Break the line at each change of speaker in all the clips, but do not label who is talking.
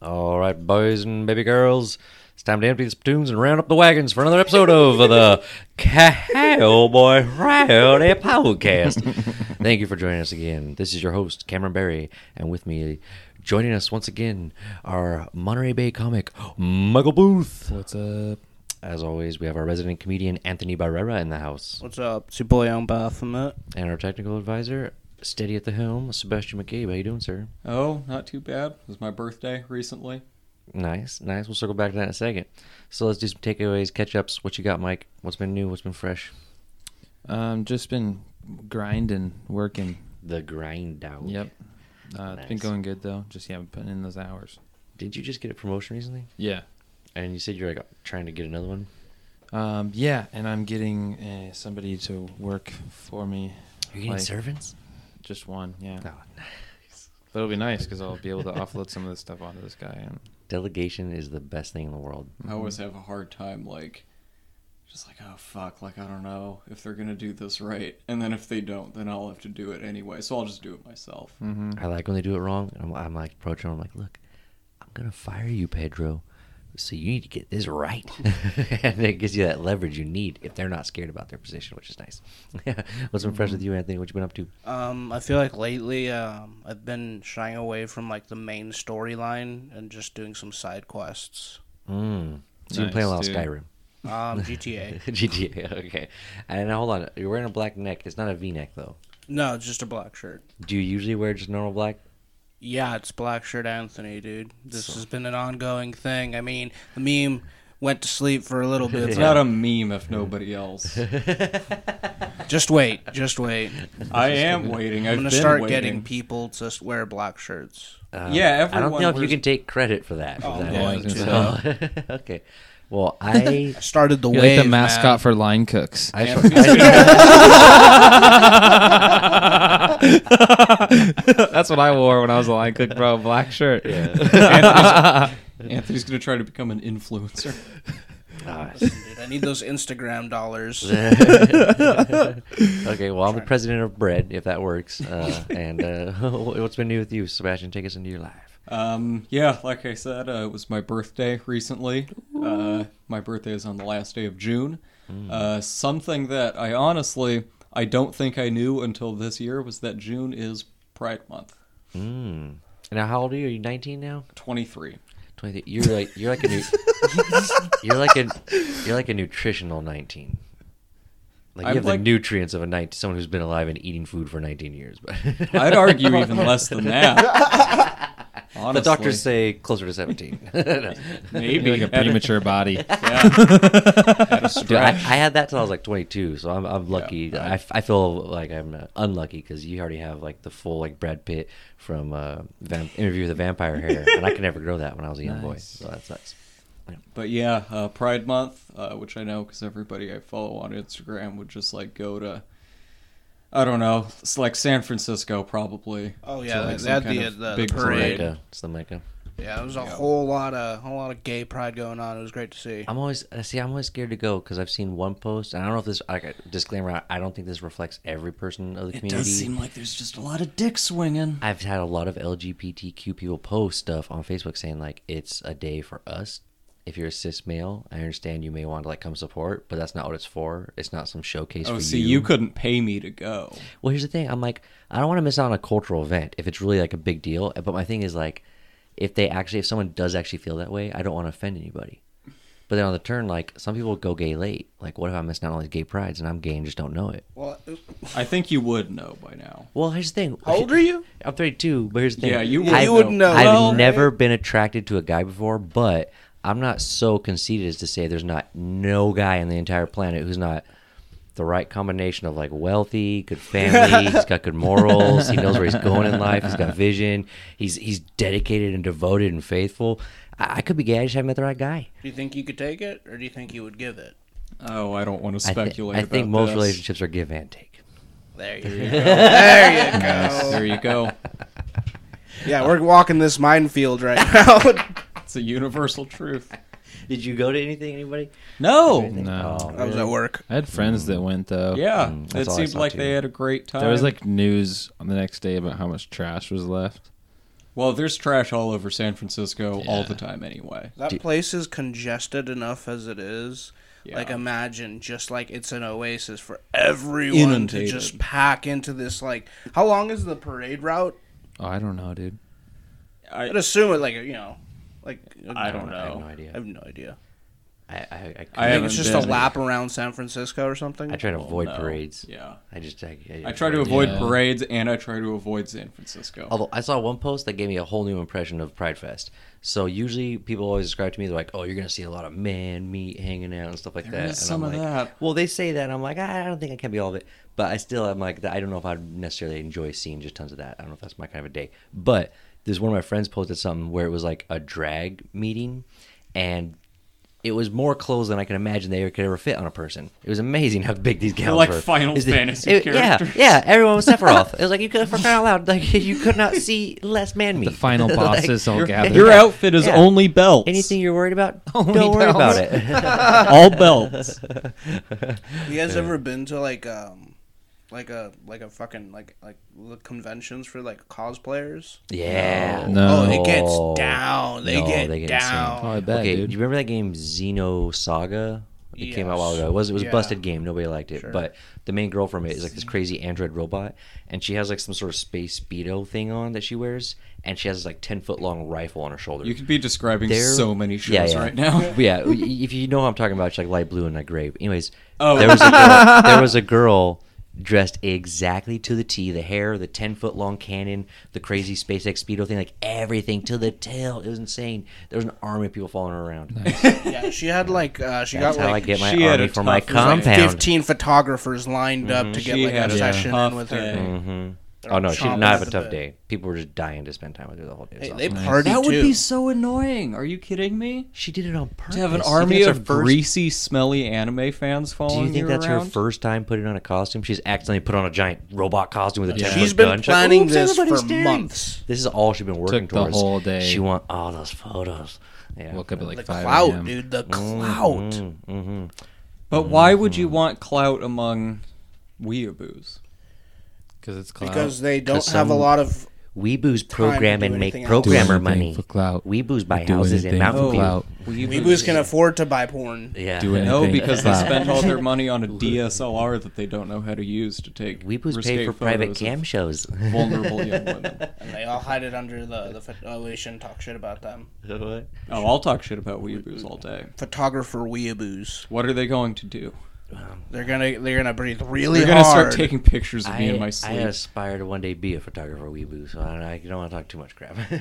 All right, boys and baby girls, it's time to empty the spittoons and round up the wagons for another episode of the Cowboy Rowdy Podcast. Thank you for joining us again. This is your host, Cameron Berry, and with me, joining us once again, our Monterey Bay comic, Michael Booth.
What's up?
As always, we have our resident comedian, Anthony Barrera, in the house,
What's up? It's your boy on Baphomet.
and our technical advisor, steady at the helm, Sebastian McCabe. How you doing, sir?
Oh, not too bad. It was my birthday recently.
Nice, nice. We'll circle back to that in a second. So let's do some takeaways, catch ups. What you got, Mike? What's been new? What's been fresh?
Um, just been grinding, working.
The grind out.
Yep. Uh, It's been
Nice.
going good though. Just yeah, putting in those hours.
Did you just get a promotion recently?
Yeah.
And you said you're like trying to get another one.
Um, yeah, and I'm getting uh, somebody to work for me. like,
servants? Oh,
Just one, yeah.
No.
But it'll be nice because I'll be able to offload some of this stuff onto this guy. And
Delegation is the best thing in the world.
I always have a hard time, like, just like, oh fuck, like I don't know if they're gonna do this right, and then if they don't, then I'll have to do it anyway. So I'll just do it myself.
Mm-hmm.
I like when they do it wrong. I'm, I'm like approaching. them, I'm like, look, I'm gonna fire you, Pedro. So you need to get this right, and it gives you that leverage you need if they're not scared about their position, which is nice. What's been fresh
Mm-hmm.
with you, Anthony? What you been up to?
Um, I feel like lately um, I've been shying away from like the main storyline and just doing some side quests.
Mm. So you've been playing a lot of
Nice, dude.
Skyrim.
Um, GTA.
GTA, okay. And now, hold on, you're wearing a black neck. It's not a V-neck though.
No, it's just a black shirt.
Do you usually wear just normal black?
Yeah, it's black shirt Anthony, dude. This has been an ongoing thing. I mean, the meme went to sleep for a little bit.
It's
but
not a meme if nobody else.
Um,
just wait, just wait.
I am waiting. I've
I'm gonna
been
start
waiting.
getting people to s- wear black shirts.
Um,
Yeah,
I don't
everyone
know if you
wears-
can take credit for that.
Oh,
for that
yeah, I
was
So- okay. Well, I
I started the
You're
wave.
like the mascot
man.
for line cooks.
I,
Yeah,
I,
it's gonna
That's what I wore when I was a line cook, bro. Black shirt.
be- Anthony's, Anthony's gonna try to become an influencer.
Ah,
Dude, I need those Instagram dollars.
okay, well, I'm the president of bread, if that works. Uh, and uh, what's been new with you, Sebastian? Take us into your life.
Um, yeah, like I said, uh, it was my birthday recently. Uh, my birthday is on the last day of June. Uh, something that I honestly I don't think I knew until this year was that June is Pride Month.
Mm. Now, how old are you? Are you 19 now?
Twenty three.
23. You're like you're like a nu- you're like a you're like a nutritional 19. Like you
I'm
have
like-
the nutrients of a 19 someone who's been alive and eating food for 19 years. But
I'd argue even less than that.
the
Honestly,
doctors say closer to 17. No.
maybe
like a
At a-
premature body.
yeah. At a
Dude, I, I
stretch.
had that till I was like 22, so I'm, I'm lucky.
right.
I f I I, feel like I'm uh, unlucky because you already have like the full like Brad Pitt from uh, vamp- Interview with the Vampire hair, and I could never grow that when I was a young boy.
Nice.
So that sucks.
But yeah, uh, Pride Month, uh, which I know because everybody I follow on Instagram would just like go to, I don't know, it's like San Francisco probably.
Oh
to,
yeah, they
like, some
had
kind
the,
of
the,
big
the
It's the
parade.
Mecca. It's the Mecca.
Yeah, there was a whole lot of whole lot of gay pride going on. It was great to see.
I'm always uh, see. I'm always scared to go because I've seen one post, and I don't know if this. Like, disclaimer: I- I don't think this reflects every person of the
It
community.
does seem like there's just a lot of dick swinging.
I've had a lot of LGBTQ people post stuff on Facebook saying like it's a day for us. If you're a cis male, I understand you may want to like come support, but that's not what it's for. It's not some showcase
Oh,
for
see,
you.
you couldn't pay me to go.
Well, here's the thing. I'm like, I don't want to miss out on a cultural event if it's really like a big deal. But my thing is like, if they actually, if someone does actually feel that way, I don't want to offend anybody. But then on the turn, like some people go gay late. Like, what if I miss out on all these gay prides and I'm gay and just don't know it?
Well,
I think you would know by now.
Well, here's the thing.
how old are you?
I'm 32, but here's the thing.
Yeah, you
I-
would know.
You would know.
I've
Well,
never been attracted to a guy before, but I'm not so conceited as to say there's not no guy on the entire planet who's not the right combination of like wealthy, good family, he's got good morals, he knows where he's going in life, he's got vision, he's he's dedicated and devoted and faithful. I, I could be gay, I just haven't met the right guy.
Do you think you could take it, or do you think you would give it?
Oh, I don't want to
I, thi-
speculate.
I
about
think most
this.
relationships are give and take.
There you go. there you go.
There you go.
Yeah, we're walking this minefield right now.
It's a universal truth.
Did you go to anything, anybody?
No.
No.
Oh,
I was at work.
I had friends that went though.
Yeah,
Mm, that's
it
all I
seemed
saw,
like
too.
they had a great time.
There was like news on the next day about how much trash was left.
Well, there's trash all over San Francisco all
Yeah.
the time anyway.
That
Dude.
place is congested enough as it is.
Yeah.
Like imagine just like it's an oasis for everyone
Inundated.
to just pack into this like how long is the parade route?
Oh, I don't know, dude.
I-
I'd assume it like you know like
I don't
I have
know.
no
I
idea.
have no idea.
I, I, I,
I
I think
haven't
it's just
been.
a lap around San Francisco or something.
I try to
Well,
avoid
no.
parades.
Yeah.
I just I,
I try to avoid
Yeah.
parades and I try to avoid San Francisco.
Although I saw one post that gave me a whole new impression of Pride Fest. So usually people always describe to me they're like, "Oh, you're gonna see a lot of man meat hanging out and stuff like
There
that."
is
and
some
I'm
of
like,
that.
Well, they say that and I'm like, I I don't think I can be all of it, but I still I'm like, I don't know if I'd necessarily enjoy seeing just tons of that. I don't know if that's my kind of a day. But there's one of my friends posted something where it was like a drag meeting, and it was more clothes than I can imagine they could ever fit on a person. It was amazing how big these gowns
like
were.
Final
Is it-
Fantasy
it-
characters.
Yeah, yeah. Everyone was Sephiroth. it was like you could for crying out loud, like you could not see less man meat.
The final
Like,
bosses all
your,
gathered.
your outfit is
Yeah.
only belts.
Anything you're worried about,
Only
don't worry about
bells.
it.
all belts.
Have you guys ever been to like um like a like a fucking like like the conventions for like cosplayers?
yeah.
No.
Oh, it
No.
gets down. They
No,
get
they get insane.
down.
Oh, I bet,
okay,
dude.
do you remember that game Xeno Saga? It came out a while
Yes.
ago. It was it was a
Yeah.
busted game. Nobody liked it.
Sure.
But the main girl from it is like this crazy android robot, and she has like some sort of space speedo thing on that she wears, and she has this like ten foot long rifle on her shoulder.
You could be describing
There-
so many shows
Yeah, yeah.
right now.
But yeah, i- if you know what I'm talking about, it's like light blue and like gray. But Anyways,
Oh.
there was a girl, there was a girl dressed exactly to the T. The hair, the ten foot long cannon, the crazy SpaceX speedo thing, like everything to the tail. It was insane. There was an army of people following her around.
Yeah, she had like uh she
That's
got
how
like
I get my
she had
army
a
for my
tough life.
compound.
fifteen photographers lined
Mm-hmm.
up to get
She
like
had
a
a
session
tough
in with her.
day.
Mhm. Oh no, she
chomping
did not have
at
a
the
tough
bit.
day. People were just dying to spend time with her the whole day. It was
Hey,
awesome.
they party
That
too.
would be so annoying. Are you kidding me?
she did it on purpose.
To have an
You think
army
that's her
of
first-
greasy, smelly anime fans
Do
following
you think that's her
around?
first time putting on a costume? She's accidentally put on a giant robot costume with a ten foot
She's
gun.
been
She's like,
planning
"Oops,
this for
everybody's staring."
months.
This is all she's been working
Took the
towards.
whole day.
She want all those photos. Yeah.
Woke up at like
The
5 a.m.
clout, dude. The clout.
Mm-hmm.
But why would you want clout among weeaboos?
Because it's clout.
Because they don't
'Cause
have a
some-
lot of
Weeboos program
do
and make
anything else.
Do
programmer
anything
money.
For clout.
Weeboos buy
Do
houses in
anything for
Mountain View.
clout.
weeboos can afford to buy porn.
Yeah.
Do anything.
No,
Anything.
because they
Wow.
spent all their money on a DSLR that they don't know how to use to take
Weeboos
risque
pay for private
photos of
cam shows.
vulnerable young women.
And they all hide it under the the pho- oh, we shouldn't talk shit about them.
What?
Oh, I'll talk shit about weeaboos all day.
Photographer weeaboos.
What are they going to do?
They're gonna they're gonna breathe really
They're gonna
hard.
start taking pictures of me in
I,
my
I
sleep.
aspire to one day be a photographer weeboo, so I don't, I don't want to talk too much crap.
you're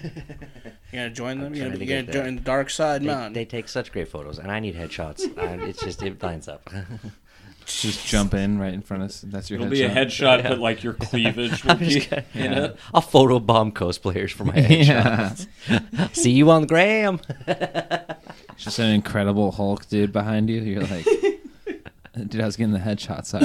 gonna join them.
I'm
You're
trying
gonna,
to
be- you're
get
gonna
there.
join the dark side,
they,
man.
they take such great photos, and I need headshots. I, it's just it lines up.
Just jump in right in front of us. That's your
It'll
headshot.
be a headshot, but like your cleavage will
I'm
be
just gonna-
in it.
I'll photobomb cosplayers for my headshots. See you on the gram.
It's Just an incredible Hulk dude behind you. You're like, dude, I was getting the headshots out.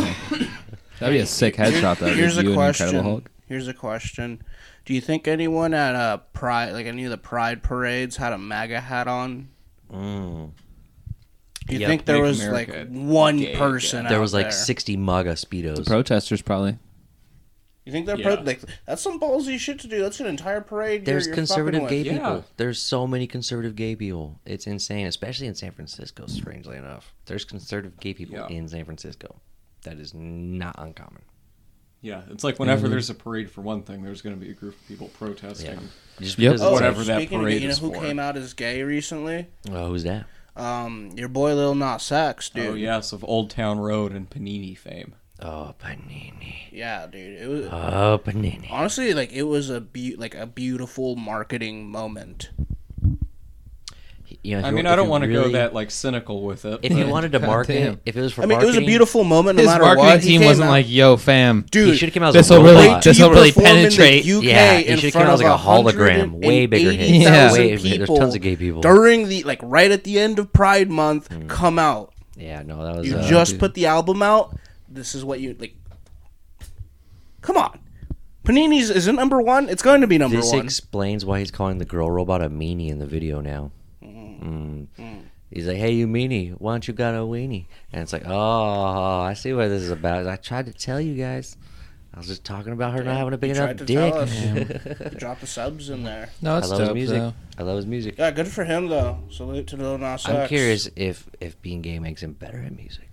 That'd be a sick headshot though.
Here's a
dude. you and
question.
Incredible Hulk.
Here's a question. Do you think anyone at a pride, like any of the pride parades, had a MAGA hat on?
Mm.
Do you
Yep.
think there
Make
was
America
like one
gay
person?
There
out
was like
there?
60 MAGA speedos.
Protesters probably.
You think they're
Yeah.
pro- like that's some ballsy shit to do? That's an entire parade. you're-
There's
you're
conservative
fucking
gay
with.
Yeah.
people. There's so many conservative gay people. It's insane, especially in San Francisco. Strangely enough, there's conservative gay people
Yeah.
in San Francisco. That is not uncommon.
Yeah, it's like whenever
Mm-hmm.
there's a parade for one thing, there's going to be a group of people protesting.
Yeah. Just
Yep.
because
Oh,
it's
Whatever
like,
that
speaking of,
parade
gay, you know
is
who
for.
came out as gay recently?
oh, who's that?
Um, your boy Lil Nas X, dude.
Oh yes, of Old Town Road and Panini fame.
Oh, Panini.
Yeah, dude. It was
Oh, Panini.
honestly like it was a be- like a beautiful marketing moment.
You know, if
I
you-
mean,
if
I don't
you
want to go
really-
that like cynical with it.
If you
but-
wanted to
God
market,
damn.
if it was for
I mean, it was a
marketing,
beautiful moment. No
His
matter
marketing
what, He
team
came
wasn't
out-
like, yo, fam.
He
dude.
should have came out as
This
a
will
robot.
really,
Wait till
this will
you
really
perform in the
penetrate.
UK
Yeah, he
in
should've
front
came out
of
like a hologram,
180,000
way bigger hit.
Yeah.
Way bigger. There's tons of gay people. Mm.
During the like right at the end of Pride Month, come out.
yeah, no, that was
You
uh,
just put the album out. This is what you like. Come on, Panini's isn't number one. It's going to be number
This
one.
explains why he's calling the girl robot a meanie in the video now.
Mm-hmm.
Mm. He's like, "Hey, you meanie, why don't you got a weenie?" And it's like, "Oh, I see what this is about." I tried to tell you guys. I was just talking about her not
Yeah,
having a big
you
enough
tried to
dick.
tell us. You Drop the subs in there.
No,
I
it's
love
dope
his music.
though.
I love his music.
Yeah, good for him though. Salute to Lil Nas X.
I'm curious if if being gay makes him better at music.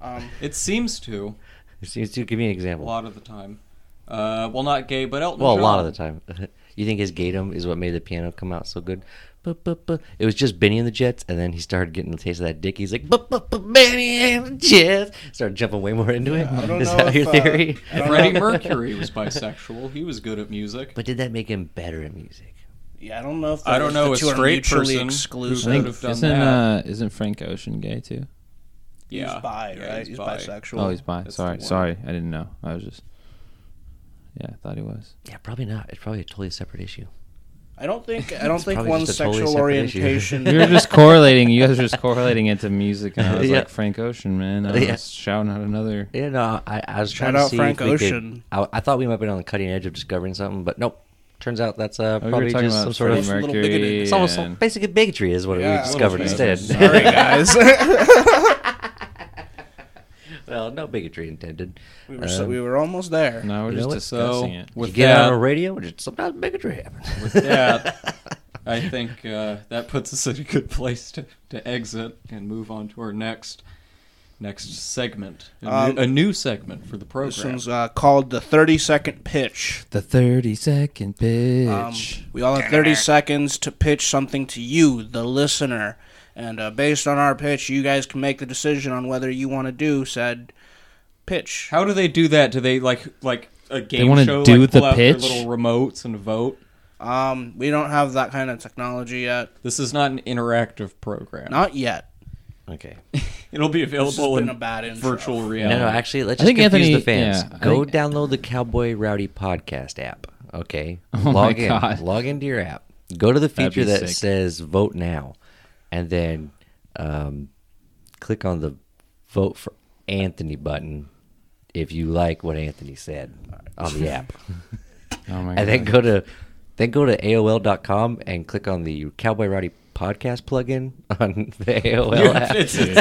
Um,
It seems to
It seems to give me an
a
example.
lot of the time. Uh, well, not gay, but Elton
Well, a
John.
lot of the time. you think his gaydom is what made the piano come out so good? Buh, buh, buh. It was just Benny and the Jets, and then he started getting the taste of that dick. He's like, buh, buh, buh, Benny and the Jets. Started jumping way more into it.
I don't
Is
know
that
if,
your
uh,
theory?
I don't
Freddie
know.
Mercury was bisexual. He was good at music.
But did that make him better at music?
yeah, I don't know if
I don't
the- the
know a
two are
straight
mutually
person who
I
exclusive.
think
Could've done
isn't uh,
that.
isn't Frank Ocean gay too?
yeah,
He's bi,
Yeah,
right? He's,
bi.
bisexual.
Oh, he's bi.
That's the
sorry,
one.
sorry, I didn't know. I was just yeah, I thought he was.
Yeah, probably not. It's probably a totally separate issue.
I don't think I don't think
probably
one's
just a totally
sexual
separate issue.
orientation.
You were just correlating. You guys were just correlating it to music, and I was
Yeah.
like Frank Ocean, man. I was
Yeah.
shouting out another.
Yeah, no, I, I was trying
Shout
to
out
see
Frank
if we could-
Ocean.
I, I thought we might have been on the cutting edge of discovering something, but nope. Turns out that's uh,
We
probably
Oh, were talking
just
about
some sort of.
Freddie
Freddie
It's a little
Mercury.
bigoted.
It's almost
and-
basically bigotry, is what
Yeah,
we discovered
little
instead.
bit.
Sorry, guys.
well, no bigotry intended.
we, were
Uh,
so, we were almost there.
no, we're
You
just
know what?
discussing
So-
it.
You
With
get out on
that-
the radio, just sometimes bigotry happens.
With that, I think uh, that puts us in a good place to, to exit and move on to our next next segment, a,
Um,
new, a new segment for the
This
program.
one's uh, called the 30 second pitch.
The thirty-second pitch.
Um, we all have 30 seconds to pitch something to you, the listener. And uh, based on our pitch, you guys can make the decision on whether you want to do said pitch.
How do they do that? Do they like like a game
wanna
show?
do
like,
the
pull out their
pitch?
little remotes and vote.
Um, we don't have that kind of technology yet.
This is not an interactive program.
Not yet.
Okay.
It'll be
This has
available
been
in
a bad intro.
virtual
No,
reality.
no, actually, let's
I
just
think
confuse
Anthony-
the fans.
yeah, I
Go
think-
download the Cowboy Rowdy podcast app, okay?
my
log in.
God.
Log into your app. Go to the
That'd be
feature that
sick.
says vote now, and then um, click on the vote for Anthony button if you like what Anthony said on the app.
oh my
and then
god!
go to then go to AOL.com and click on the Cowboy Rowdy podcast plugin on the AOL app.
it's, it's,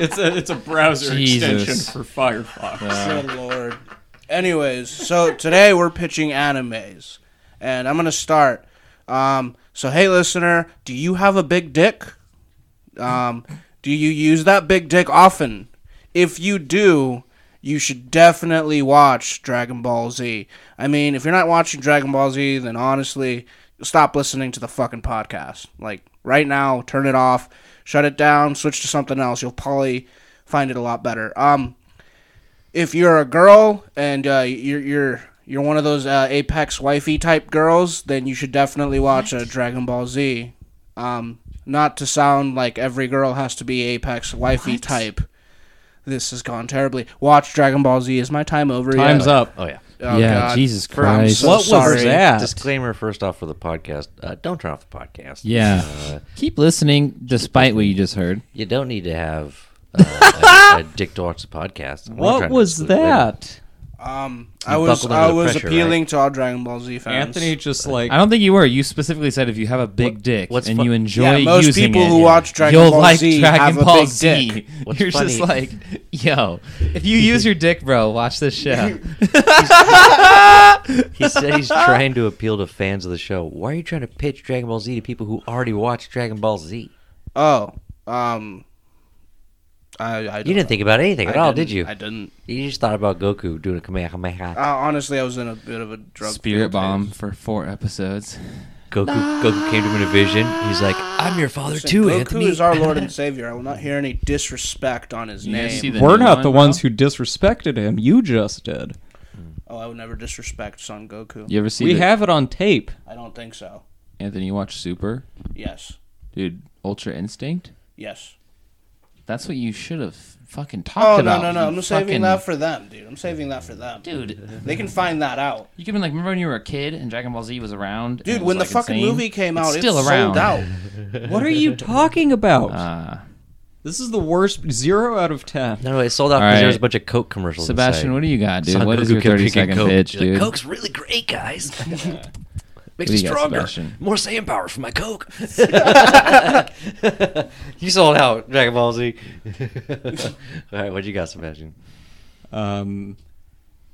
it's a it's a browser
Jesus.
extension for Firefox.
Good lord. Anyways, so today we're pitching animes, and I'm gonna start. Um, so hey, listener, do you have a big dick? Um, do you use that big dick often? If you do, you should definitely watch Dragon Ball Z. I mean, if you're not watching Dragon Ball Z, then honestly, stop listening to the fucking podcast. Like right now, turn it off, shut it down, switch to something else. You'll probably find it a lot better. Um, if you're a girl and uh, you're you're you're one of those uh, apex wifey type girls, then you should definitely watch uh, Dragon Ball Z. Um, not to sound like every girl has to be apex wifey type. This has gone terribly. Watch Dragon Ball Z. Is my time over?
Time's
yet?
up.
Oh yeah.
Oh,
Yeah,
God.
Jesus
For- I'm
Christ.
so
What was
sorry.
that?
Uh,
at.
Disclaimer first off for the podcast. Uh, don't turn off the podcast. Uh,
Yeah, keep listening despite what you just heard.
You don't need to have uh, a, a dick to watch the podcast. We're trying to exclude women.
Um, I
You
was
buckled under
I
the
was
pressure,
appealing to all Dragon Ball Z fans.
Anthony just like
I don't think you were. You specifically said if you have a big dick
what's
and
fu-
you enjoy
Yeah, most
using
people
it,
who watch Dragon
you'll
Ball
like
Z
Dragon
have a
Ball
big
Z.
dick.
What's
You're just
funny-
like, yo, if you use your dick, bro, watch this show.
He said he's trying to appeal to fans of the show. Why are you trying to pitch Dragon Ball Z to people who already watch Dragon Ball Z?
Oh, um, I, I
You didn't think about anything at all, did you?
I didn't.
You just thought about Goku doing a Kamehameha.
Uh, honestly, I was in a bit of a drug
Spirit
field.
bomb for four episodes.
Goku, Goku came to him in a vision. He's like, "I'm your father
Listen,
too,
Goku
Anthony."
is our Lord and Savior. I will not hear any disrespect on his
You guys see
name.
the
We're
new
not
one,
the
bro?
ones who disrespected him. You just did.
oh, I would never disrespect Son Goku.
You ever see?
we
the-
have it on tape.
I don't think so.
Anthony. You watch Super,
Yes.
dude. Ultra Instinct.
Yes.
That's what you should have fucking
Oh
talked
no
about.
no no!
you
I'm saving
fucking-
that for them, dude. I'm saving that for them,
Dude,
They can find that out,
you can be like, remember when you were a kid and Dragon Ball Z was around? and
dude.
it was,
When the
like,
fucking
insane?
movie came
It's
out,
still
it
around.
sold out.
What are you talking about?
Uh,
this is the worst. Zero out of ten.
no, no, it sold out
All
because there was
right.
a bunch of Coke commercials.
Sebastian,
inside.
what do you got, dude?
Son
what is
Goku
your
kept
30
drinking
second
Coke.
pitch,
He's like,
dude?
Coke's really great, guys. Makes
do
me
you got,
stronger.
Sebastian?
More Saiyan power for my Coke. you sold out, Dragon Ball Z. All right, what you got, Sebastian?
Um,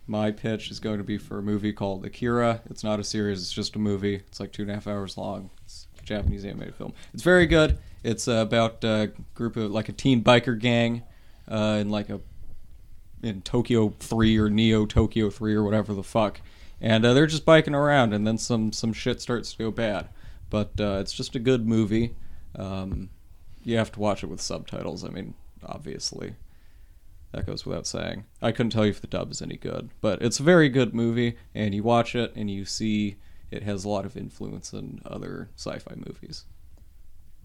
My pitch is going to be for a movie called Akira. It's not a series, it's just a movie. It's like two and a half hours long. It's a Japanese animated film. It's very good. It's uh, about a group of like a teen biker gang uh, in like a in Tokyo 3 or Neo Tokyo 3 or whatever the fuck. And uh, they're just biking around, and then some, some shit starts to go bad. But uh, it's just a good movie. Um, you have to watch it with subtitles, I mean, obviously. That goes without saying. I couldn't tell you if the dub is any good, but it's a very good movie, and you watch it and you see it has a lot of influence in other sci fi movies.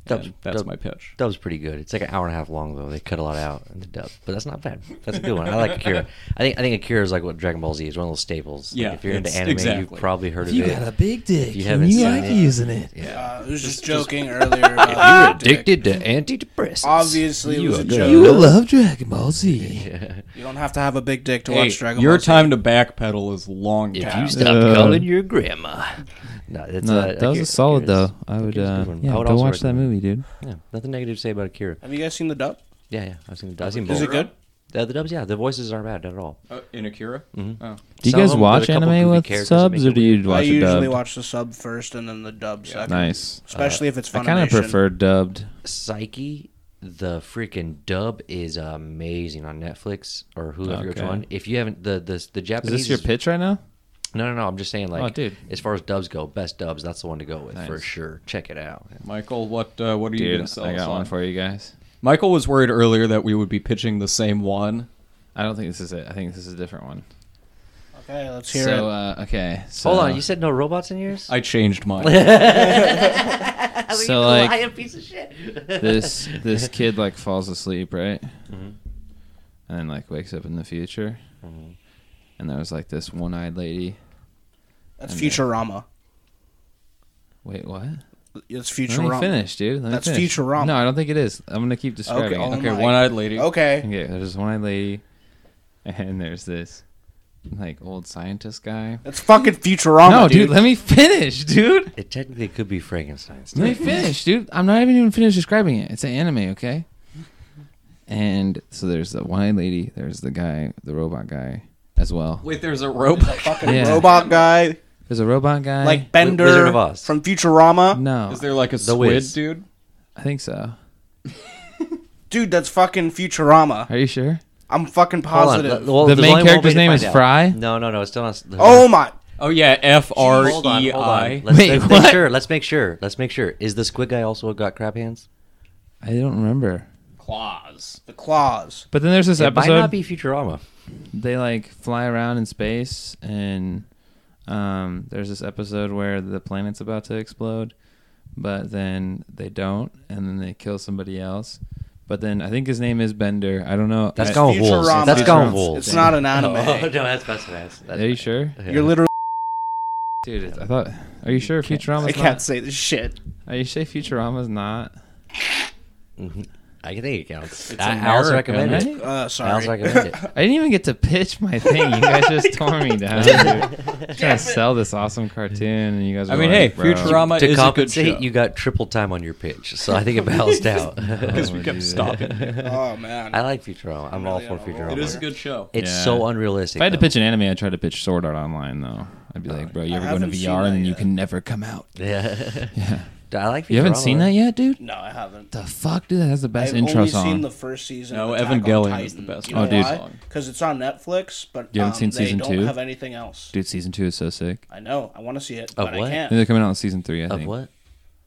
Dub's-
And that's
dub-
my pitch.
Dub's pretty good. It's like an hour and a half long though. They cut a lot out in the dub, but that's not bad. That's a good one. I like Akira. I think I think Akira is like what Dragon Ball Z is one of those staples. Like,
Yeah,
if you're into
it's-
anime,
exactly.
you've probably heard of
You
it.
got a big dick.
If you
and
haven't
you
seen
like
it.
using it.
yeah.
Uh, I was just joking earlier about the dick.
Addicted to antidepressants.
Obviously, it was a
are good.
joke.
You will love Dragon Ball Z.
You don't have to have a big dick to
Hey,
watch Dragon
your
Ball Z.
time to backpedal is long
If
past.
you stop
Uh,
calling your grandma. No, that's
No,
uh,
that was
Akira-
a solid
Akira's-
though. I would,
Akira's a
uh,
good one.
yeah,
I would
go
also
watch that
recommend
movie, dude.
it. Yeah, nothing negative to say about Akira.
Have you guys seen the dub?
Yeah, yeah. I've seen the dub. I've seen
Is it
both.
good?
Uh, the dubs, yeah. The voices aren't bad at all.
Uh, in Akira?
Mm-hmm.
Oh.
Some
Do you
of
guys
them, there's
watch
a couple
anime
goofy
with
characters that make
subs, or
it
do
weird.
you watch
I
it
usually
dubbed?
watch the sub first and then the dub second.
Nice.
Especially if it's
I
Funimation.
kind of prefer dubbed.
Psyche, the freaking dub is amazing on Netflix or Hulu. Okay. Which
Okay.
one? If you haven't the the the
Is
Japanese.
this your pitch right now?
No, no, no. I'm just saying, like,
Oh, dude.
as far as dubs go, best dubs. That's the one to go with for
Nice.
sure. Check it out.
Michael, what uh, what are you going
Dude,
to sell
I
us
got
on?
one for you guys.
Michael was worried earlier that we would be pitching the same one.
I don't think this is it. I think this is a different one.
Okay, let's hear
so,
it.
uh, okay. So,
Hold on. You said no robots in yours.
I changed mine.
so like
piece of shit.
this this kid like falls asleep right, and then like wakes up in the future, and there was like this one eyed lady.
That's
and
Futurama.
Wait, what?
It's
Let me
Futurama.
finish, dude. Let me
That's
finish.
Futurama.
No, I don't think it is. I'm gonna keep describing
oh
it.
okay,
my-
one eyed lady.
Okay.
Okay, there's one eyed lady, and there's this like old scientist guy.
It's fucking Futurama,
no,
dude.
dude, let me finish, dude.
It technically could be Frankenstein's.
Let me finish, dude. I'm not even even finished describing it. It's an anime, okay? And so there's the one eyed lady, there's the guy, the robot guy as well.
Wait, there's a robot.
fucking
Yeah.
robot guy,
There's a robot guy.
like
Wizard
Bender
of Oz.
from Futurama.
no,
Is there like a squid
Wiz.
dude?
I think so.
Dude, that's fucking Futurama.
Are you sure?
I'm fucking
Hold on,
positive.
le- well,
The
there's
main
only one way
character's
to
name
find
is
out.
Fry?
No, no, no. It's still not.
oh my!
Oh yeah, F R
Hold on,
E
hold on.
I.
Let's
Wait,
let's
what?
make sure. Let's make sure. Let's make sure. Is the squid guy also got crab hands?
I don't remember.
Claws.
The claws.
But then there's this
It might
episode.
not be Futurama.
they like fly around in space, and um, there's this episode where the planet's about to explode, but then they don't, and then they kill somebody else. But then I think his name is Bender. I don't know.
That's
I-
Gone with Wolves.
Futurama.
That's Gone with Wolves.
It's not an
Oh,
anime.
no, that's best that's, that's
Are you sure?
Yeah.
You're literally.
Dude, it's- I thought. Are you sure
I
Futurama's
can't
not?
say this shit.
Are you sure Futurama's not?
Mhm. I think it counts.
It's
I, I also
America,
recommend it.
right?
Uh,
I also
sorry.
recommend it.
I didn't even get to pitch my thing. You guys just tore me down. Dude. I'm trying to sell this awesome cartoon, and you guys.
I
were
mean, hey,
like, bro.
Futurama
to
is a good
compensate,
show.
you got triple time on your pitch, so I think it balanced out.
Because
Oh,
we kept
dude.
stopping. it
Oh man.
I like Futurama. I'm all for Futurama.
is a good show.
It's
Yeah.
so unrealistic.
If I had to
though.
pitch an anime, I'd try to pitch Sword Art Online, though. I'd be like, bro, you ever go into
Oh, haven't seen
VR
that
and then you
yet.
can never come out.
yeah, I like. Futurama.
You haven't seen that yet, dude?
No, I haven't.
The fuck, dude? That has the best
I've
intro
only
song.
seen the first season.
No,
of Attack
Evangelion
on
is the
Titan.
best
You know
Oh, dude.
Because it's on Netflix, but
You haven't
um,
seen
they
season
don't
two?
have anything else.
Dude, season two is so sick.
I know. I want to see it,
Of
but
what?
I
I
can't.
think They're coming out in season three, I
Of
think.
what?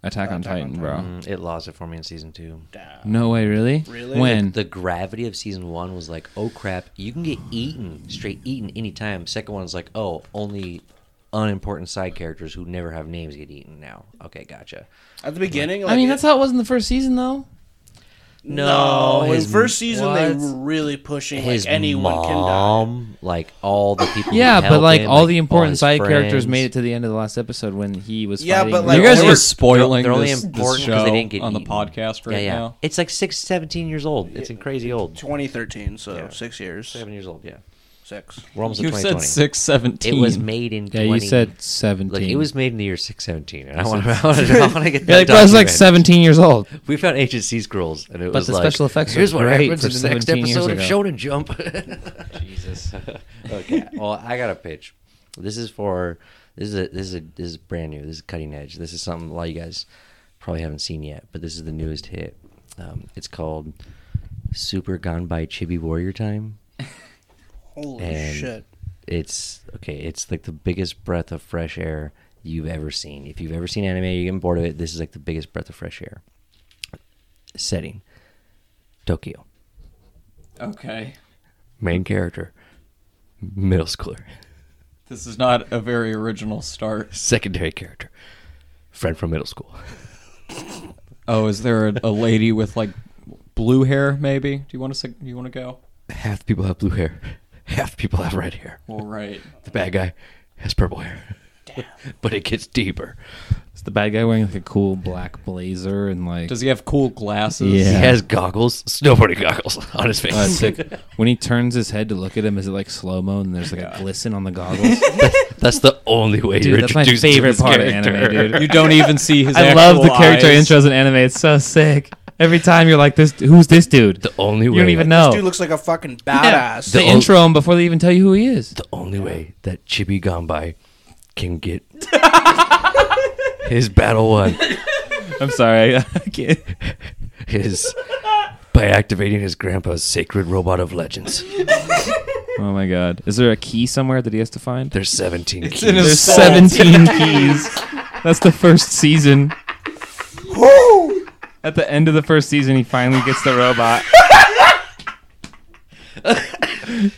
Attack on
Attack on
Titan, bro.
Mm, It lost it for me in season two.
Damn.
No way, really?
Really?
When?
The gravity of season one was like, oh crap, you can get eaten, straight eaten anytime. Second one's like, oh, only unimportant side characters who never have names get eaten now. Okay, gotcha.
At the beginning, like,
I mean,
it-
that's how it was in the first season, though.
No,
in
his
first season they
what?
were really pushing
His
like anyone can die.
mom, like all the people. who
Yeah, but
helped
like
him,
all the important
his
side characters
friends.
made it to the end of the last episode when he was.
Yeah,
fighting
but,
the-
like,
you guys
they're-
are
they're-
spoiling
they're only
this, this
important 'cause
show
they didn't get
on the
eaten.
podcast right
yeah, yeah.
now.
It's like six, 17 years old. It's in crazy old.
2013, so six years.
Seven years old. Yeah.
Six.
We're almost
You
at
said
2020.
six
It
seventeen.
was made in.
Yeah,
20,
you said 17.
Look, it was made in the year 617, and I want to. I want to get that.
You're like, but I was like
documented.
17 years old.
We found ancient sea scrolls, and it
But
was
the
like,
special effects
Here's
were
what
great
happens
for
in the next
17 years
episode of
ago."
Shonen Jump. Jesus. okay. Well, I got a pitch. This is for this is a, this is a, this is brand new. This is cutting edge. This is something a lot of you guys probably haven't seen yet, but this is the newest hit. Um, it's called Super Gone by Chibi Warrior Time.
Holy
And-
shit.
It's okay. It's like the biggest breath of fresh air you've ever seen. If you've ever seen anime, you're getting bored of it. This is like the biggest breath of fresh air. Setting Tokyo.
Okay.
Main character, middle schooler.
This is not a very original start.
Secondary character, friend from middle school.
Oh, is there a, a lady with like blue hair? Maybe. Do you want to? You want to go?
Half the people have blue hair, half the people have red hair.
Well, right.
The bad guy has purple hair. but it gets deeper.
Is the bad guy wearing like a cool black blazer and like
Does he have cool glasses?
He
Yeah.
has goggles, snowboarding goggles on his face.
uh, it's like, when he turns his head to look at him, is it like slow mo and there's like a glisten on the goggles?
that's the only way
Dude,
you're
that's my
introduced to
favorite
this
part of
character.
anime, dude.
You don't even see his.
I love the
actual
character
eyes.
intros in anime. It's so sick. Every time you're like, "This who's this dude?"
The only
you
way
don't even
This dude
know.
looks like a fucking
Yeah,
badass.
They
The old-
intro him before they even tell you who he is.
the only way that Chibi Ganbai can get his battle one
I'm sorry, I can't.
is by activating his grandpa's sacred robot of legends.
Oh my god, is there a key somewhere that he has to find?
There's 17 keys.
in his-
There's
soul.
17 keys. That's the first season. At the end of the first season, he finally gets the robot.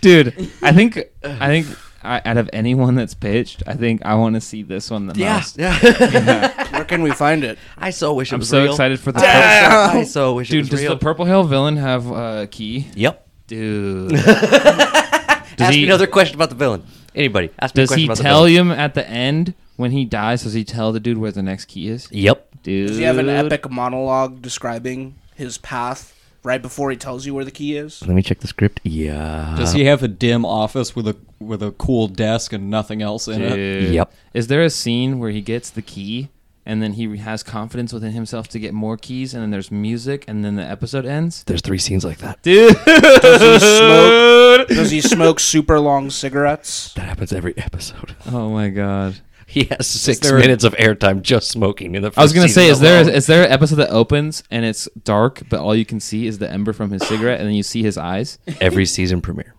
Dude, I think I think I, out of anyone that's pitched, I think I want to see this one the
yeah,
most.
yeah.
Where can we find it?
I so wish it
I'm
was
so
real.
excited for the purple.
I so- I so wish
Dude,
it was
does
real.
the Purple Hill villain have a key?
yep.
Dude, does
Ask
he
me another question about the villain. Anybody? Ask me a
does
question
he
about
tell
the villain.
him at the end when he dies? Does he tell the dude where the next key is?
Yep.
Dude,
Does he have an epic monologue describing his path right before he tells you where the key is?
Let me check the script. Yeah.
Does he have a dim office with a with a cool desk and nothing else in it?
Dude.
Yep.
Is there a scene where he gets the key and then he has confidence within himself to get more keys and then there's music and then the episode ends?
There's three scenes like that.
Dude,
Does he smoke? Does he smoke super long cigarettes?
That happens every episode.
oh my god.
He has six
there a-
minutes of airtime just smoking in the. First
I was gonna say,
season
is there
alone.
is there an episode that opens and it's dark, but all you can see is the ember from his cigarette, and then you see his eyes?
every season premiere?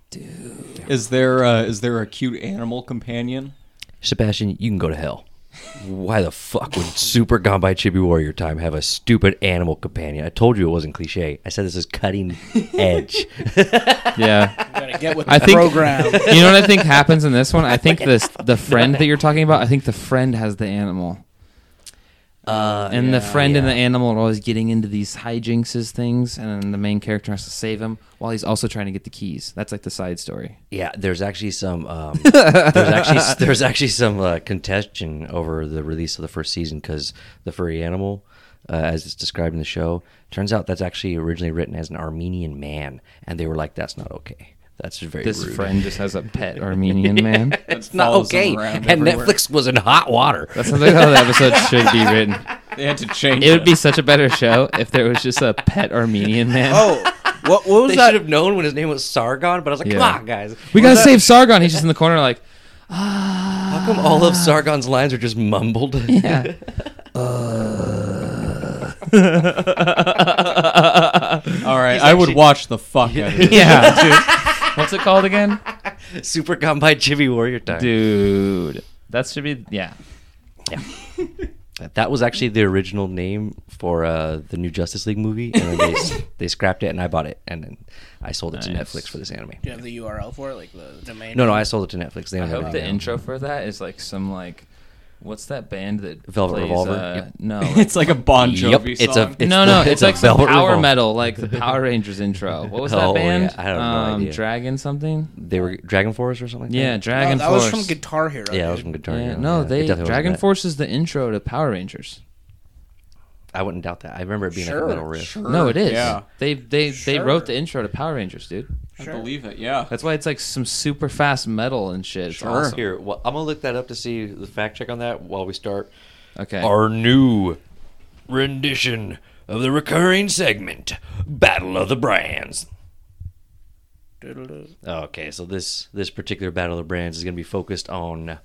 Is there uh, is there a cute animal companion?
Sebastian, you can go to hell. Why the fuck would Super Gone by Chibi Warrior Time have a stupid animal companion? I told you it wasn't cliche. I said this is cutting edge.
Yeah,
Gotta get with the
I think.
program.
You know what I think happens in this one? I think this the friend that you're talking about. I think the friend has the animal,
Uh,
and the
yeah,
friend and the
yeah.
animal are always getting into these hijinkses things, and then the main character has to save him while he's also trying to get the keys. That's like the side story.
Yeah, there's actually some. Um, there's actually there's actually some uh, contention over the release of the first season because the furry animal, uh, as it's described in the show, turns out that's actually originally written as an Armenian man, and they were like, "That's not okay. That's very
This
rude."
friend just has a pet Armenian man.
It's not
follows
okay.
them around
And
everywhere.
Netflix was in hot water.
That sounds like how the episode should be written.
They had to change
It
it.
would be such a better show if there was just a pet Armenian man.
Oh, what, what was
They
that?
should have known when his name was Sargon, but I was like,
Yeah.
come on, guys.
we gotta save Sargon. He's just in the corner, like,
How come all of Sargon's lines are just mumbled?
yeah.
All right,
He's
I would
actually-
watch the fuck out of it.
Yeah. dude. What's it called again?
Super gone by Jimmy Warrior time.
Dude. That should be, yeah.
That was actually the original name for uh, the new Justice League movie, and then they, s- they scrapped it, and I bought it, and then I sold it to
Nice.
Netflix for this anime.
Do you have the URL for it, like the domain?
No, no, I sold it to Netflix. They
I
don't have
hope
it
the
now.
intro for that is like some, like, what's that band that
Velvet
plays,
Revolver?
uh,
Yep.
No.
It's like a Bon
Yep,
Jovi
it's a
song.
it's
no,
the-
no, it's,
a
like some
Velvet
power
Revolver.
metal, like the Power Rangers intro. What was that
Oh, yeah,
band?
I have no
um,
idea.
Dragon something.
They were Dragon Force or something. Like
Yeah,
that?
Dragon
Oh, that
Force.
was from Guitar Hero.
Oh, yeah, that
dude.
was from Guitar.
Yeah,
Hero,
no,
yeah. It
they
definitely wasn't
Dragon
that.
Force is the intro to Power Rangers.
I wouldn't doubt that. I remember it being like
Sure,
a metal riff.
Sure.
No, it is.
Yeah.
They they they
Sure.
wrote the intro to Power Rangers, dude.
I believe it. Yeah.
That's why it's like some super fast metal and shit. It's
Sure.
awesome.
Here, well, I'm gonna look that up to see the fact check on that while we start
Okay.
our new rendition of the recurring segment, Battle of the Brands. Oh, Okay, so this this particular Battle of the Brands is gonna be focused on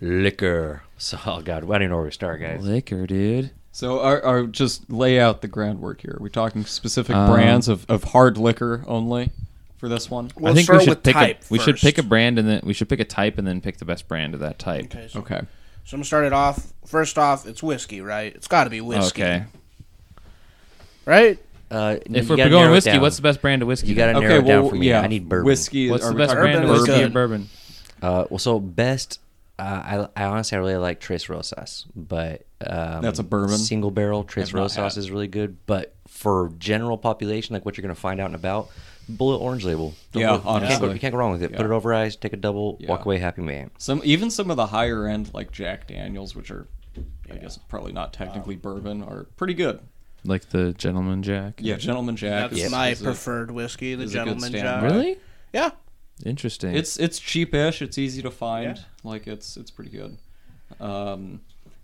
liquor. So, oh god, I don't even know where we start, guys.
Liquor, dude.
So, our, our just lay out the groundwork here. Are we talking specific
Um,
brands of, of hard liquor only for this one?
We'll
I think
start
we should
with
pick
type
a we should
first.
pick a brand and then we should pick a type and then pick the best brand of that type.
Okay, so,
Okay.
so I'm gonna start it off. First off, it's whiskey, right? It's got to be whiskey,
Okay.
right?
Uh,
If we're going whiskey, what's the best brand of whiskey?
you gotta
then?
narrow it down for me. I need bourbon.
Whiskey.
What's
are
the
we
best
talking
brand of
bourbon?
whiskey?
Good.
and Bourbon.
Uh, well, so best. Uh, I I honestly I really like Tres Rosas, but um,
That's a bourbon?
Single barrel Tres
I've not
Rosas
had.
is really good, but for general population, like what you're gonna find out and about, Bullet Orange Label. Don't
Yeah,
go- you can't, go,
honestly.
you can't go wrong with it. Put
Yeah.
it over ice, take a double, walk
Yeah. Mm.
away happy man.
Some even some of the higher end like Jack Daniels, which are I guess probably not technically bourbon, are pretty good.
Like the Gentleman Jack.
Yeah, Gentleman Jack.
That's
is-
my
is a-
preferred whiskey, the
is a good
Gentleman Jack.
standard.
Really?
Yeah.
Interesting.
It's it's cheapish. It's easy to find.
Yeah.
Like it's it's pretty good. Um,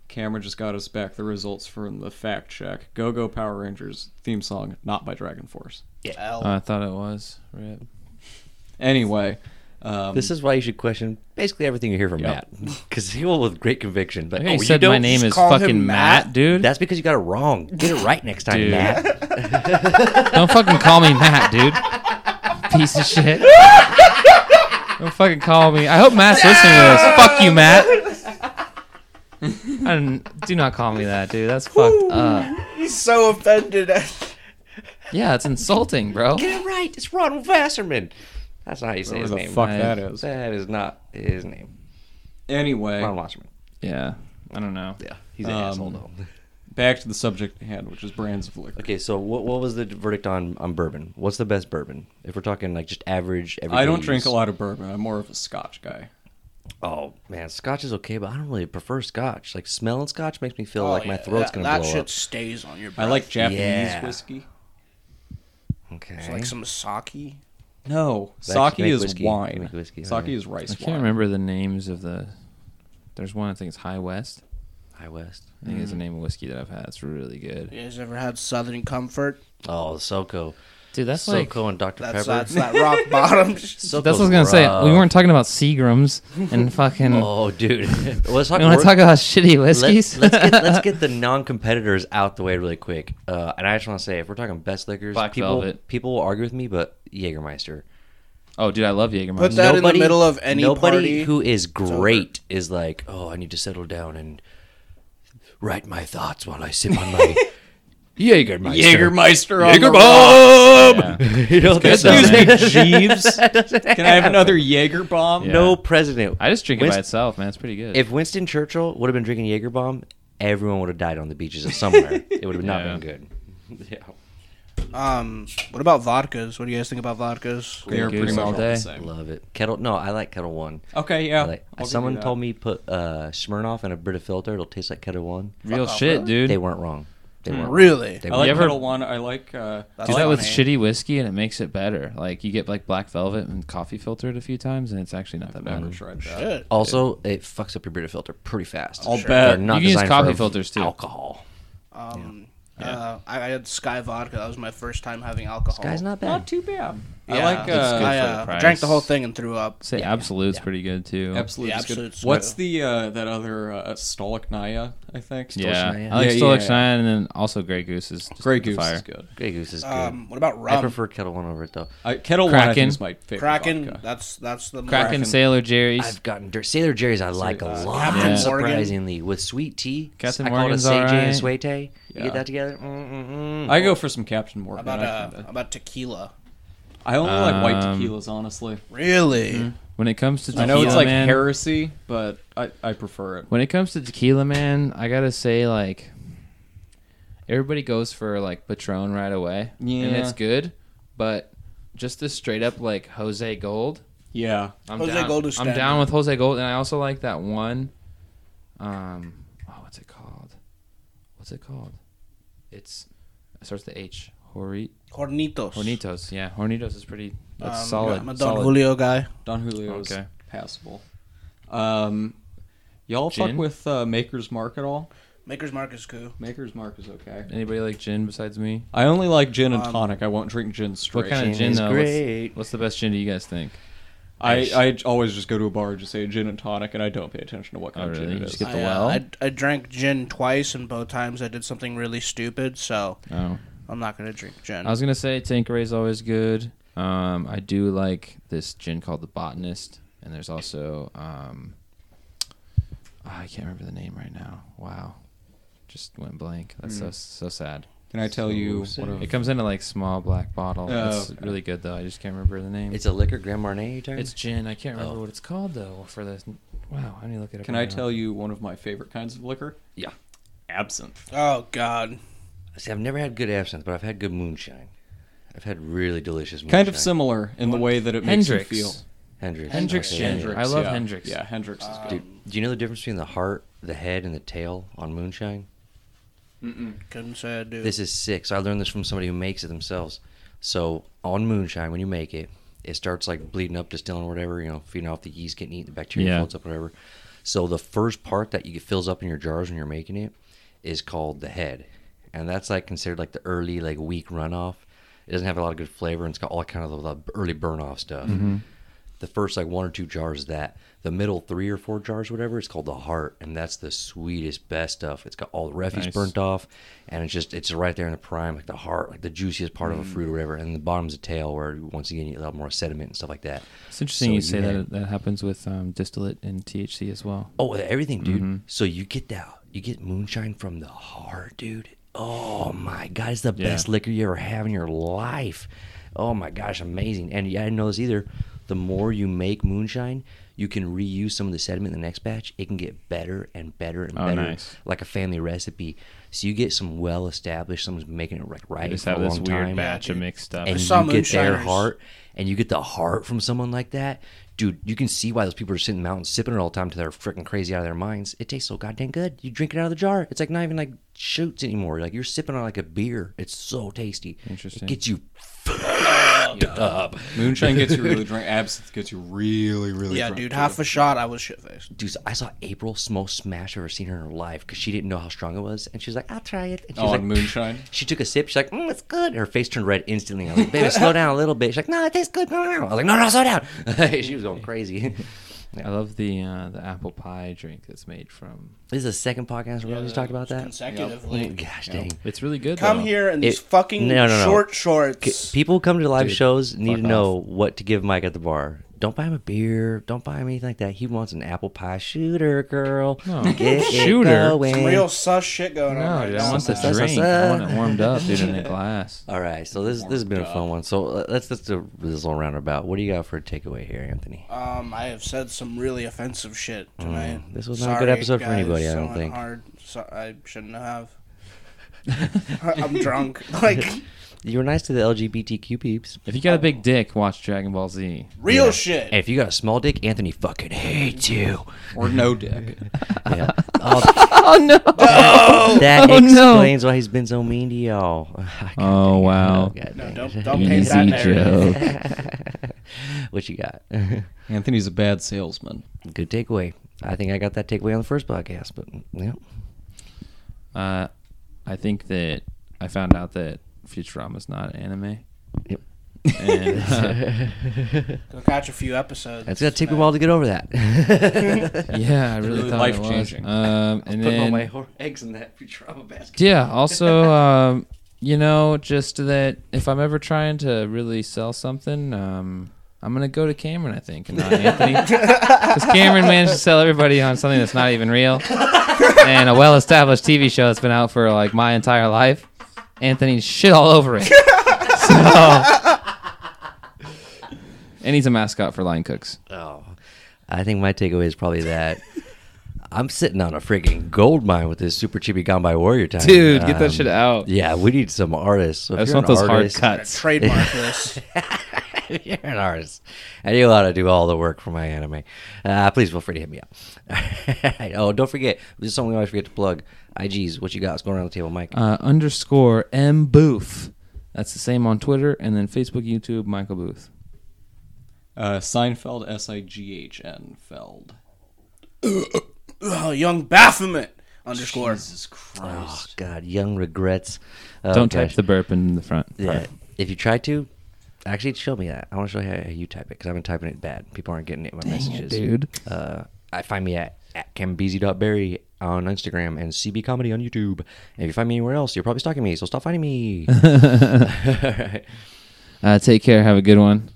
Cameron just got us back the results from the fact check. Go Go Power Rangers theme song, not by Dragon Force.
L.
Oh, I thought it was. Rip.
Anyway, um,
This is why you should question basically everything you hear from
Yep.
Matt, because he will with great conviction. But
Hey,
oh,
you
you
said
don't.
my name
just
is
call him
fucking Matt,
Matt?
dude.
That's because you got it wrong. Get it right next time,
Dude.
Matt.
Don't fucking call me Matt, dude. Piece of shit. Don't fucking call me. I hope Matt's listening to this. Fuck you, Matt. I don't, do not call me that, dude. That's fucked up.
He's so offended.
Yeah, it's insulting, bro.
Get it right. It's Ron Wasserman. That's not how you say
whatever
his
the
name.
fuck
I-
that is.
That is not his name.
Anyway,
Ron Wasserman.
Yeah, I don't know.
Yeah, he's an
an
asshole
asshole,
though.
back to the subject at hand, which is brands of liquor.
Okay, so what what was the verdict on on bourbon? What's the best bourbon? If we're talking like just average, everyday
I don't drink a
use.
lot of bourbon. I'm more of a Scotch guy.
Oh man, Scotch is okay, but I don't really prefer Scotch. Like smelling Scotch makes me feel
Oh,
like my
yeah,
throat's
that,
gonna
that
blow
shit stays on your breath.
I like Japanese
Yeah.
whiskey.
up. Okay,
It's like some sake.
No,
That's-
sake
make
is
whiskey.
wine.
Make whiskey,
Sake
okay.
is rice.
I can't
wine.
remember the names of the. There's one I think it's High West.
High West.
I think it's the name of whiskey that I've had. It's really good,
You guys ever had Southern Comfort?
Oh, Soco,
dude. That's like
Soco and Dr
That's
Pepper.
that's that rock bottom.
Soco's
that's what I was gonna say.
rough.
We weren't talking about Seagrams and fucking.
Oh, dude. Well, let's talk.
we want
wor-
to talk about shitty
Let's,
whiskeys.
let's get, let's get the non-competitors out the way really quick. Uh, and I just want to say, if we're talking best liquors,
Black
people
Velvet.
people will argue with me, but Jägermeister.
oh, dude, I love Jägermeister.
Put that in the middle of any
nobody
party.
who is great is like, oh, I need to settle down and write my thoughts while I sip on my Jägermeister.
Jägermeister on the
Jägerbomb. you know, that
though,
doesn't-
man.
Excuse me, Jeeves.
that doesn't
Can I have
happen.
another Jaeger bomb?
Yeah.
No president.
I just drink it by
Winston-
itself, man. It's pretty good.
If Winston Churchill would have been drinking Jägerbomb, everyone would have died on the beaches of somewhere. it would have not
Yeah.
been good. Yeah.
Um, what about vodkas? What do you guys think about vodkas?
They are
Goose
pretty much
all
all
day.
the same.
Love it. Kettle. No, I like Kettle One.
Okay, yeah.
Like,
I'll give you
someone
that.
told me put uh, Smirnoff in a Brita filter. It'll taste like Kettle One.
Real shit, dude. Hmm.
They weren't wrong. They weren't. Wrong.
Really?
They
I like
You ever-
Kettle One. I like. Uh,
That's
do that with
funny.
shitty whiskey, and it makes it better. Like you get like black velvet and coffee filtered a few times, and it's actually not that bad.
never tried that.
Shit.
Also, it fucks up your Brita filter pretty fast.
I'll
They're
bet.
not
You can use
designed
coffee
for
filters, too.
Alcohol.
Um, Uh, I I had Sky vodka. That was my first time having alcohol.
Guy's not bad.
Not too bad. I
Yeah.
like.
It's
Uh,
good.
I
for the
uh,
price.
drank the whole thing and threw up.
Say absolute's pretty good too.
Absolute.
Yeah,
is good.
Absolute's
What's
good.
the uh, that other uh, Stolichnaya? I think.
Yeah,
Stolichnaya.
I like
Yeah, yeah,
Stolichnaya,
yeah.
and then also Grey Goose is just
Grey
the
Goose
fire.
is good.
Grey Goose is good.
Um, what about
I
rum?
prefer Kettle One over it though.
I, Kettle One I
Kraken.
think is my favorite.
Kraken.
vodka.
That's that's the
Kraken,
Kraken.
Sailor Jerry's.
I've gotten dirt. Sailor Jerry's I like a lot,
Captain
Yeah.
Morgan.
surprisingly. With sweet tea,
Captain
I call
Morgan's
it a Seijay and
alright.
Suete. You
Yeah.
get that together? Mm-mm-mm.
I go for some Captain Morgan.
About
I,
uh,
think that-
about tequila.
I only like white
Um,
tequilas, honestly.
Really?
when it comes to tequila,
I know it's like
man,
heresy, but I, I prefer it.
When it comes to tequila, man, I gotta say like everybody goes for like Patron right away, and
Yeah.
it's good, but just this straight up like Jose Gold.
Yeah.
I'm
Jose
down,
Gold is
I'm
standard.
down with Jose Gold, and I also like that one. Um, oh, what's it called? What's it called? it's it starts with H. Hori-
Hornitos.
Hornitos. Yeah, Hornitos is pretty. That's
Um,
solid.
I'm a Don
solid.
Julio guy.
Don Julio's
Okay.
passable. Um, y'all fuck
Gin?
with uh, Maker's Mark at all?
Maker's Mark is cool.
Maker's Mark is okay.
Anybody like gin besides me?
I only like gin and
Um,
tonic. I won't drink gin straight.
What kind of
Gin
gin
is
though?
great.
What's, what's the best gin do you guys think?
I, I j- always just go to a bar and just say gin and tonic, and I don't pay attention to what kind
Oh,
of
really?
gin
You
it
just
is.
get- At the
I, uh,
well?
I, I drank gin twice, and both times I did something really stupid, so
Oh,
I'm not going to drink gin.
I was gonna say Tanqueray's always good. Um, I do like this gin called the Botanist, and there's also um, ah, I can't remember the name right now. Wow, just went blank. That's so so sad.
Can I tell you
So
what a
It comes in a like small black bottle.
Oh,
it's
okay.
really good though. I just can't remember the name.
It's a liquor, Grand Marnier. You talking?
It's gin. I can't remember
Oh.
what it's called though. For the wow, I need to look it up.
Can
right
I
now.
tell you one of my favorite kinds of liquor?
yeah.
Absinthe.
oh, God.
See, I've never had good absinthe, but I've had good moonshine. I've had really delicious moonshine.
Kind of similar in the way that it makes
Hendrix?
you feel.
Hendrix.
Hendrix
Okay.
gin. I love
yeah.
Hendrix.
Yeah, Hendrix is
Uh,
good.
Dude, do you know the difference between the heart, the head, and the tail on moonshine?
Couldn't say I do.
This is sick. So I learned this from somebody who makes it themselves. So on moonshine, when you make it, it starts like bleeding up, distilling, or whatever. You know, feeding off the yeast, getting eaten, the bacteria
Yeah.
floats up, whatever. So the first part that you fills up in your jars when you're making it is called the head, and that's like considered like the early, like weak runoff. It doesn't have a lot of good flavor, and it's got all kind of the, the early burn off stuff.
Mm-hmm.
The first like one or two jars of that. The middle three or four jars, whatever, it's called the heart, and that's the sweetest, best stuff. It's got all the refuse
Nice.
burnt chopped off, and it's just it's right there in the prime, like the heart, like the juiciest part
Mm.
of a fruit or whatever. And the bottom's the tail, where once again you get a lot more sediment and stuff like that.
It's interesting
So
you say
had-
that. That happens with um, distillate and THC as well.
Oh, with everything, dude.
Mm-hmm.
So you get that, you get moonshine from the heart, dude. Oh my god, it's the
Yeah.
best liquor you ever have in your life. Oh my gosh, amazing. And yeah, I didn't know this either. The more you make moonshine, you can reuse some of the sediment in the next batch. It can get better and better and
Oh,
better,
nice.
like a family recipe. So you get some well established, someone's making it like right
I just
for
have
a long
this weird
time
batch of
dude.
mixed stuff.
and
I
you
saw
get their
moonshiners.
heart and you get the heart from someone like that, dude, you can see why those people are sitting in the mountains sipping it all the time till they're freaking crazy out of their minds. It tastes so goddamn good. You drink it out of the jar. It's like not even like shoots anymore. Like you're sipping on like a beer. It's so tasty.
Interesting.
It gets you fucked up.
Moonshine gets you really drunk. Absinthe gets you really, really
yeah,
drunk.
dude,
too.
half a shot, I was shit faced.
Dude, so I saw April most smash I've ever seen her in her life because she didn't know how strong it was. And she was like, I'll try it. And she
Oh,
was like,
on moonshine?
She took a sip. She's like, mm, it's good. Her face turned red instantly. I was like, baby, slow down a little bit. She's like, no, it tastes good. No, no, no. I was like, no, no, slow down. she was going crazy.
I love the uh, the apple pie drink that's made from.
This is the second podcast where we just talked about that. Oh
Consecutively.
Gosh dang.
It's really good.
Come
though.
here in these
It-
fucking
no, no, no.
short
K-
shorts.
People who come to live
Dude,
shows need
fuck
to know what to give Mike at the bar. Don't buy him a beer. Don't buy him anything like that. He wants an apple pie shooter, girl.
No.
Get it
Shooter?
going.
Some real sus shit going on.
No,
right
dude,
now,
I want the
man.
That's what's
drink. I
up.
want it warmed up, dude, in a glass.
All right, so this this has been a fun one. So uh, let's let's do this little roundabout. What do you got for a takeaway here, Anthony?
Um, I have said some really offensive shit tonight.
Mm, this was not a good episode for anybody, I don't
someone
think.
Hard. So I shouldn't have. I'm drunk. Like
You were nice to the LGBTQ peeps.
If you got a big dick, watch Dragon Ball Z.
real
Yeah.
shit.
And if you got a small dick, Anthony fucking hates you.
Or no dick.
Yeah. oh, no! That,
Oh, no.
explains why he's been so mean to y'all.
Oh wow.
no,
God
don't
dang.
don't paint that
Easy
narrative.
joke.
what you got?
Anthony's a bad salesman.
Good takeaway. I think I got that takeaway on the first podcast, but yeah.
Uh, I think that I found out that Futurama's not anime.
Yep.
And, uh,
Go catch a few episodes.
It's gonna take me a while to get over that.
yeah, I really
really
thought it was.
life-changing.
Um, and then
whore eggs in that Futurama basket.
yeah also um you know just that if i'm ever trying to really sell something um i'm gonna go to cameron i think and not anthony because cameron managed to sell everybody on something that's not even real and a well-established tv show that's been out for like my entire life anthony's shit all over it so and he's a mascot for line cooks
Oh, I think my takeaway is probably that I'm sitting on a freaking gold mine with this super chibi gone by warrior time.
dude get that
Um,
shit out
Yeah, we need some artists. So if
i just
you're
want
an
those hard
artist-
Gotta
cuts
Trademark this.
You're an artist. And you ought to do all the work for my anime. Uh, please feel free to hit me up. oh, don't forget. This is something I always forget to plug. IGs, what you got? What's going around the table, Mike?
Uh, underscore M Booth. That's the same on Twitter and then Facebook, YouTube, Michael Booth.
Uh, Seinfeld, S I G H N Feld.
Oh, young Baphomet underscore.
Jesus
Oh,
Christ.
God. Young regrets. Oh,
Don't
gosh.
type the burp in the front.
Yeah.
part.
If you try to, actually show me that. I want to show you how you type it because I've been typing it bad. People aren't getting it in my messages.
dude.
Uh, I find me at, at cambizzi.berry on Instagram and CB Comedy on YouTube. And if you find me anywhere else, you're probably stalking me, so stop finding me.
Uh, take care. Have a good one.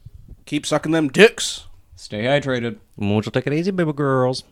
Keep sucking them dicks.
Stay hydrated.
Mucho take it easy, baby girls.